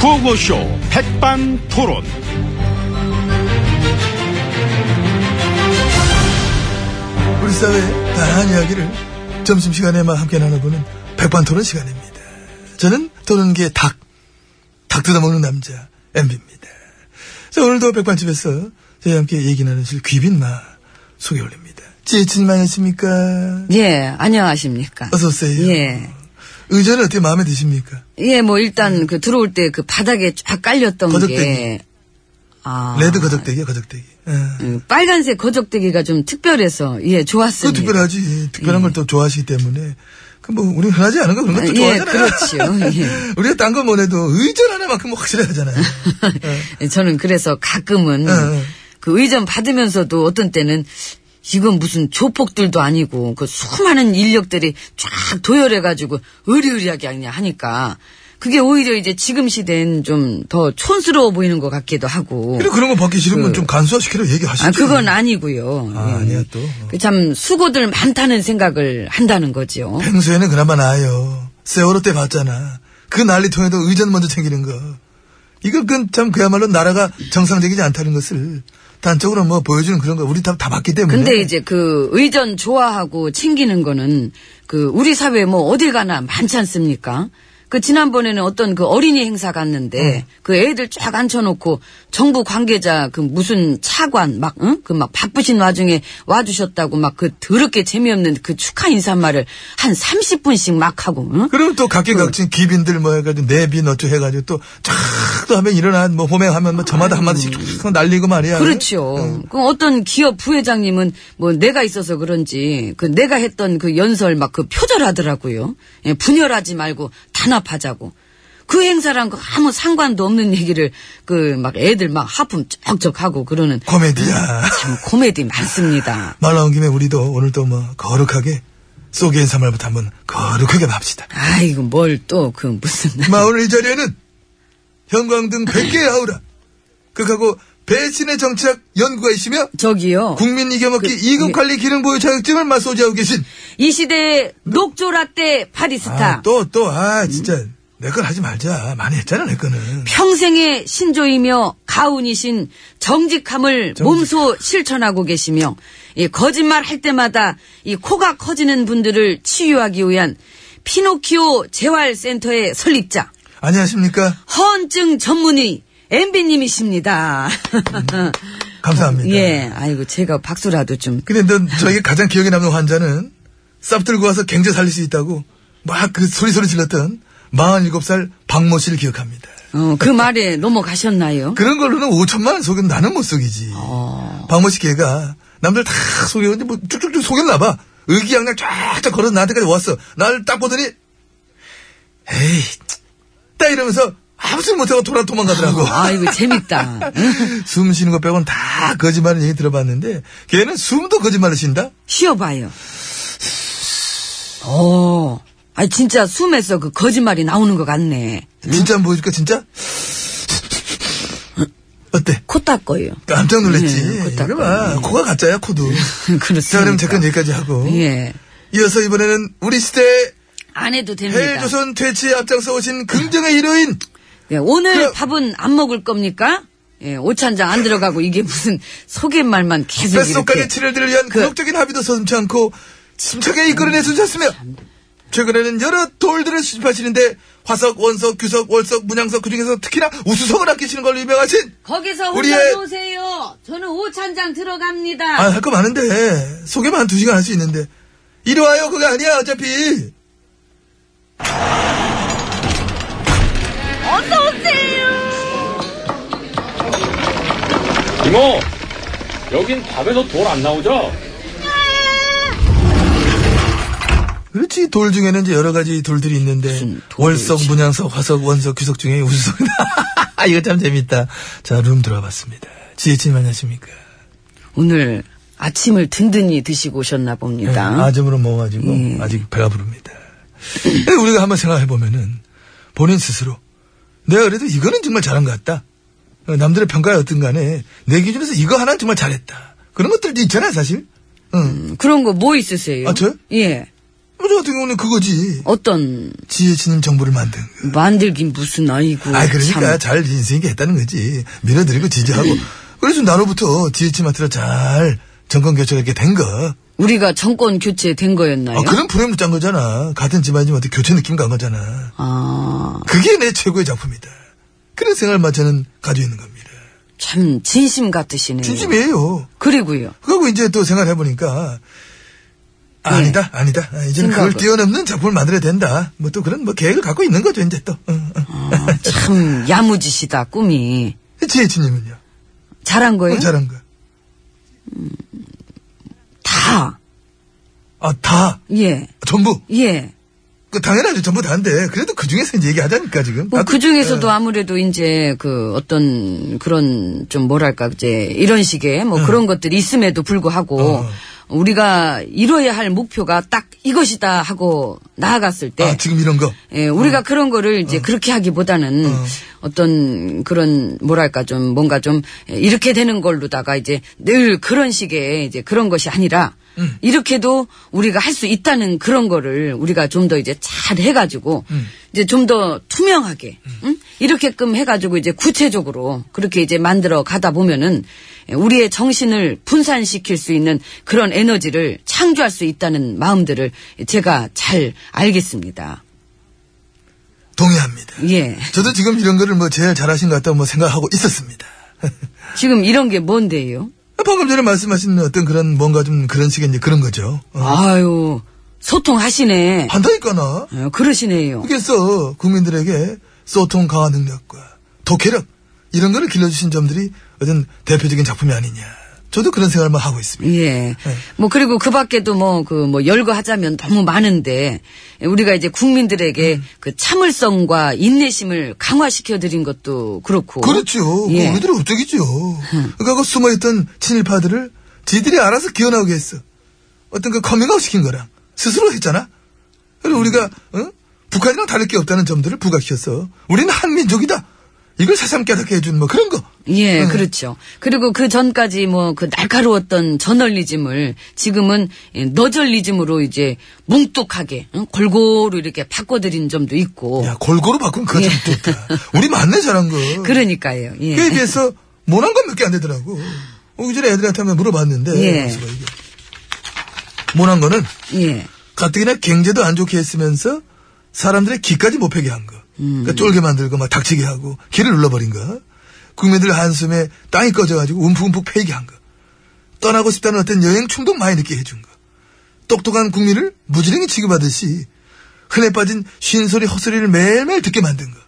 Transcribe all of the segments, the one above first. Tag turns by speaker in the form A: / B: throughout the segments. A: 구호쇼 백반토론.
B: 우리 사회의 다양한 이야기를 점심시간에만 함께 나눠보는 백반토론 시간입니다. 저는 도는게 닭, 닭 뜯어먹는 남자 엠비입니다. 자, 오늘도 백반집에서 저희와 함께 얘기 나누실 귀빈마 소개 올립니다. 지혜진님 안녕하십니까?
C: 예, 안녕하십니까.
B: 어서오세요.
C: 예.
B: 의전은 어떻게 마음에 드십니까?
C: 예, 뭐, 일단, 그, 들어올 때 그 바닥에 쫙 깔렸던
B: 거적대기.
C: 게. 아.
B: 레드 거적대기요, 거적대기. 예.
C: 음, 빨간색 거적대기가 좀 특별해서, 예,
B: 그
C: 좋았습니다.
B: 특별하지. 특별한 걸 또 좋아하시기 때문에. 그 뭐, 우리 흔하지 않은 거 그런 것도
C: 아, 예,
B: 좋아하잖아요.
C: 그렇지요. 예.
B: 우리가 딴 건 뭐래도 의전 하나만큼 확실해 하잖아요.
C: 예, 저는 그래서 가끔은
B: 어, 어.
C: 그 의전 받으면서도 어떤 때는 이건 무슨 조폭들도 아니고 그 수많은 인력들이 쫙 도열해가지고 의리의리하게 그냥 하니까 그게 오히려 이제 지금 시대엔 좀 더 촌스러워 보이는 것 같기도 하고.
B: 그리고 그런 거 받기 싫으면
C: 그-
B: 좀 간소화시키라고 얘기하시죠.
C: 아, 그건 아니고요.
B: 아,
C: 예.
B: 아니야, 또.
C: 그 참 수고들 많다는 생각을 한다는 거지요.
B: 평소에는 그나마 나아요. 세월호 때 봤잖아. 그 난리통에도 의전 먼저 챙기는 거. 이걸 그참 그야말로 나라가 정상적이지 않다는 것을 단적으로 뭐 보여주는 그런 거 우리 다, 다 봤기 때문에.
C: 근데 이제 그 의전 좋아하고 챙기는 거는 그 우리 사회 뭐 어딜 가나 많지 않습니까? 그 지난번에는 어떤 그 어린이 행사
B: 네.
C: 갔는데 그 애들 쫙 앉혀놓고 정부 관계자 그 무슨 차관 막, 응? 그 막 바쁘신 와중에 와주셨다고 막 그 더럽게 재미없는 그 축하 인사말을 한 30분씩 막 하고, 응?
B: 그리고 또 각계각층 기빈들 뭐 해가지고 내빈 어쩌 해가지고 또쫙또 하면 일어난 뭐 호맹하면 뭐 저마다 한 마디씩 쫙 날리고 말이야.
C: 음. 그렇죠.
B: 음.
C: 그 어떤 기업 부회장님은 뭐 내가 있어서 그런지 그 내가 했던 그 연설 막 그 표절하더라고요. 예, 분열하지 말고 단합하자고. 그 행사랑 그 아무 상관도 없는 얘기를 그 막 애들 막 하품 쩍쩍하고 그러는
B: 코미디야.
C: 참 코미디 많습니다.
B: 말 나온 김에 우리도 오늘 또 뭐 거룩하게 속에 인사 말부터 한번 거룩하게 맙시다.
C: 아이고 뭘 또 그 무슨
B: 마 오늘 이 자리에는 형광등 100개의 하우라 극하고 배신의 정치학 연구가이시며
C: 저기요
B: 국민 이겨먹기
C: 그,
B: 이 2급
C: 예.
B: 관리 기능보유 자격증을 만 소지하고 계신
C: 이 시대의 녹조라떼 파리스타
B: 또 또
C: 음.
B: 아 진짜 내 건 하지 말자 많이 했잖아 내 거는
C: 평생의 신조이며 가훈이신 정직함을
B: 정직.
C: 몸소 실천하고 계시며 이 거짓말 할 때마다 이 코가 커지는 분들을 치유하기 위한 피노키오 재활센터의 설립자
B: 안녕하십니까
C: 허언증 전문의 엠비님이십니다.
B: 감사합니다
C: 예, 아이고 제가 박수라도 좀.
B: 근데 넌 저에게 가장 기억에 남는 환자는 쌉 들고 와서 경제 살릴 수 있다고 막 그 소리소리 질렀던 47살 박모 씨를 기억합니다
C: 어, 그 말에 넘어가셨나요?
B: 그런 걸로는 5천만 원 속이면 나는 못 속이지.
C: 어.
B: 박모씨 걔가 남들 다 속였는데 뭐 쭉쭉쭉 속였나 봐. 의기양양 쫙쫙 걸어서 나한테까지 왔어. 나를 딱 보더니 에이 딱 이러면서 아무 소리 못하고 돌아 도망가더라고.
C: 아이고 재밌다.
B: 숨 쉬는 거 빼고는 다 거짓말을 얘기 들어봤는데 걔는 숨도 거짓말을 쉰다?
C: 쉬어봐요. 어, 아 진짜 숨에서 그 거짓말이 나오는 것 같네.
B: 진짜 한번 보여줄까 진짜? 어때?
C: 코 닦어요.
B: 깜짝 놀랐지.
C: 예, 코 닦아요.
B: 이거 봐. 코가 가짜야 코도.
C: 그렇습니다.
B: 자 그럼 제건 여기까지 하고
C: 예.
B: 이어서 이번에는 우리 시대의
C: 안 해도 됩니다.
B: 해외조선 퇴치에 앞장서 오신 긍정의 일호인
C: 예, 오늘
B: 그-
C: 밥은 안 먹을 겁니까? 예, 오찬장 안 들어가고 이게 무슨 소개말만 계속
B: 뱃속까지
C: 이렇게.
B: 치료들을 위한
C: 그-
B: 굴욕적인 합의도 서슴지 않고 숨차게 이끌어내 주셨으며 최근에는 여러 돌들을 수집하시는데 화석, 원석, 규석, 월석, 문양석 그중에서 특히나 우수석을 아끼시는 걸로 유명하신
C: 거기서
B: 우리의-
C: 혼자 오세요. 저는 오찬장 들어갑니다.
B: 아 할 거 많은데 소개만 한 두 시간 할 수 있는데 이리 와요 그거 아니야 어차피
D: 이모, 여긴 밥에서 돌 안 나오죠?
B: 그렇지 돌 중에는 이제 여러 가지 돌들이 있는데
C: 무슨 돌이
B: 월석,
C: 있지?
B: 문양석, 화석, 원석, 규석 중에 우수석이다 이거 참 재밌다 자 룸 들어와봤습니다 지혜진님 안녕하십니까
C: 오늘 아침을 든든히 드시고 오셨나 봅니다.
B: 네, 아점으로 먹어가지고
C: 음.
B: 아직 배가 부릅니다. 근데 우리가 한번 생각해보면은 본인 스스로 내가 그래도 이거는 정말 잘한 것 같다. 어, 남들의 평가에 어떤 간에 내 기준에서 이거 하나는 정말 잘했다. 그런 것들도 있잖아요 사실. 응.
C: 음. 그런 거 뭐 있으세요?
B: 아, 저요?
C: 예.
B: 어, 저 같은 경우는 그거지.
C: 어떤
B: 지혜치는 정보를 만든 거.
C: 만들긴 무슨 아이고.
B: 아, 그러니까
C: 음, 참. 음.
B: 잘 인생 있게 했다는 거지. 밀어드리고 지지하고. 그래서 나로부터 지혜치마트로 잘 정권 교체가 이렇게 된 거.
C: 우리가 정권 교체된 거였나요?
B: 아, 그런 프레임을 짠 거잖아. 같은 집안이지만 어떻게 교체 느낌 간 거잖아.
C: 아,
B: 그게 내 최고의 작품이다. 그런 생각을 저는 가지고 있는 겁니다.
C: 음. 참 진심 같으시네요.
B: 진심이에요.
C: 그리고요.
B: 그리고 이제 또 생각해보니까, 아,
C: 네.
B: 아니다, 아니다. 아, 이제는 그걸
C: 생각을.
B: 뛰어넘는 작품을 만들어야 된다. 뭐 또 그런 뭐 계획을 갖고 있는 거죠, 이제 또. 어, 응, 응.
C: 아, 참 야무지시다 꿈이.
B: 지혜치님은요?
C: 잘한 거예요?
B: 뭐 잘한 거.
C: 다.
B: 아, 다.
C: 예.
B: 전부.
C: 예.
B: 그 당연하죠. 전부 다인데. 그래도 그 중에서 이제 얘기하자니까, 지금.
C: 뭐
B: 나도-
C: 그 중에서도
B: 어.
C: 아무래도 이제 그 어떤 그런 좀 뭐랄까 이제 이런 식의 뭐 그런 것들이 있음에도 불구하고
B: 예. 어.
C: 우리가 이뤄야 할 목표가 딱 이것이다 하고 나아갔을 때
B: 아, 지금 이런 거.
C: 예, 우리가 그런 거를 이제 그렇게 하기보다는 어. 떤 그런 뭐랄까 좀 뭔가 좀 이렇게 되는 걸로다가 이제 늘 그런 식의 이제 그런 것이 아니라 이렇게도 우리가 할 수 있다는 그런 거를 우리가 좀 더 이제 잘 해가지고 이제 좀 더 투명하게 응? 이렇게끔 해가지고 이제 구체적으로 그렇게 이제 만들어 가다 보면은 우리의 정신을 분산시킬 수 있는 그런 에너지를 창조할 수 있다는 마음들을 제가 잘 알겠습니다.
B: 동의합니다.
C: 예.
B: 저도 지금 이런 거를 뭐 제일 잘하신 것 같다고 뭐 생각하고 있었습니다.
C: 지금 이런 게 뭔데요?
B: 방금 전에 말씀하신 어떤 그런 뭔가 좀 그런 식의 이제 그런 거죠. 어.
C: 아유, 소통하시네.
B: 한다니까나.
C: 어, 그러시네요.
B: 그래서 국민들에게 소통 강화 능력과 독해력 이런 거를 길러주신 점들이 어떤 대표적인 작품이 아니냐. 저도 그런 생각만 하고 있습니다.
C: 예. 뭐, 그리고 그 밖에도 뭐, 그, 뭐, 열거하자면 너무 많은데, 우리가 이제 국민들에게
B: 음.
C: 그 참을성과 인내심을 강화시켜드린 것도 그렇고.
B: 그렇죠.
C: 예.
B: 우리들이 어쩌겠죠. 그러니까 그 숨어있던 친일파들을 지들이 알아서 기어나오게 했어. 어떤 그 커밍아웃 시킨 거랑 스스로 했잖아.
C: 음.
B: 그리고 우리가 어? 북한이랑 다를 게 없다는 점들을 부각시켰어. 우리는 한민족이다. 이걸 새삼 깨닫게 해준 뭐 그런 거.
C: 예,
B: 응.
C: 그렇죠. 그리고 그 전까지 뭐 그 날카로웠던 저널리즘을 지금은 예, 너절리즘으로 이제 뭉뚝하게 응? 골고루 이렇게 바꿔드린 점도 있고.
B: 야 골고루 바꾸면 그거 참
C: 예.
B: 좋다. 우리 맞네 잘한 거.
C: 그러니까요. 예.
B: 그에 비해서 모난 건 몇 개 안 되더라고. 오기 전에 애들한테 한번 물어봤는데
C: 예.
B: 가만있어봐, 이게. 모난 거는
C: 예.
B: 가뜩이나 경제도 안 좋게 했으면서 사람들의 기까지 못 펴게 한 거. 그러니까 쫄게 만들고 막 닥치게 하고 기를 눌러버린 거. 국민들 한숨에 땅이 꺼져가지고 움푹움푹 패이게 한 거. 떠나고 싶다는 어떤 여행 충동 많이 느끼게 해준 거. 똑똑한 국민을 무지랭이 취급하듯이 흔해 빠진 쉰소리 헛소리를 매일매일 듣게 만든 거.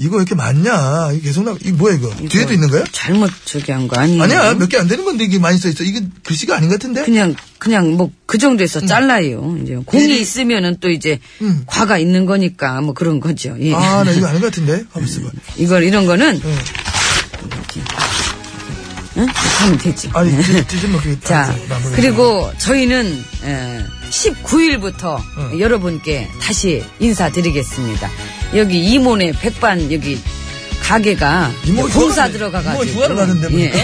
B: 이거 왜 이렇게 많냐? 이거 계속 나, 이거 뭐야 이거? 뒤에도 있는 거야?
C: 잘못 저기 한 거 아니에요? 뭐
B: 아니야, 몇 개 안 되는 건데 이게 많이 써있어. 이게 글씨가 아닌 것 같은데?
C: 음. 그냥 그냥 뭐 그 정도에서 잘라요. 이제 공이 있으면은 또 이제
B: 음.
C: 과가 있는 거니까 뭐 그런 거죠. 예.
B: 아, 나 이거 네. 아닌 것 같은데? 가만 있어봐.
C: 이걸 이런 거는
B: 응.
C: 응? 이렇게 하면 되지.
B: 아니, 찢으면 그게
C: 네. 자,
B: 마무리.
C: 그리고 저희는 에, 19일부터 여러분께 다시 인사드리겠습니다. 여기 이모네 백반 여기 가게가
B: 이모
C: 봉사
B: 좋아하네.
C: 들어가가지고 예.
B: 이모 좋아하는데 보니까. 아.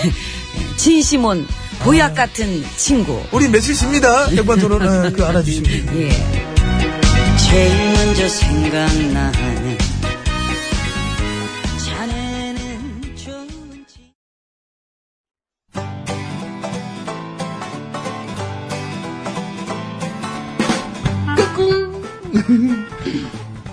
C: 진심원 보약 같은 친구.
B: 우리 며칠 쉽니다. 백반 토론 어, 그 알아주시면 돼요.
C: 예. 제일 먼저 생각나는 자네는 좋은지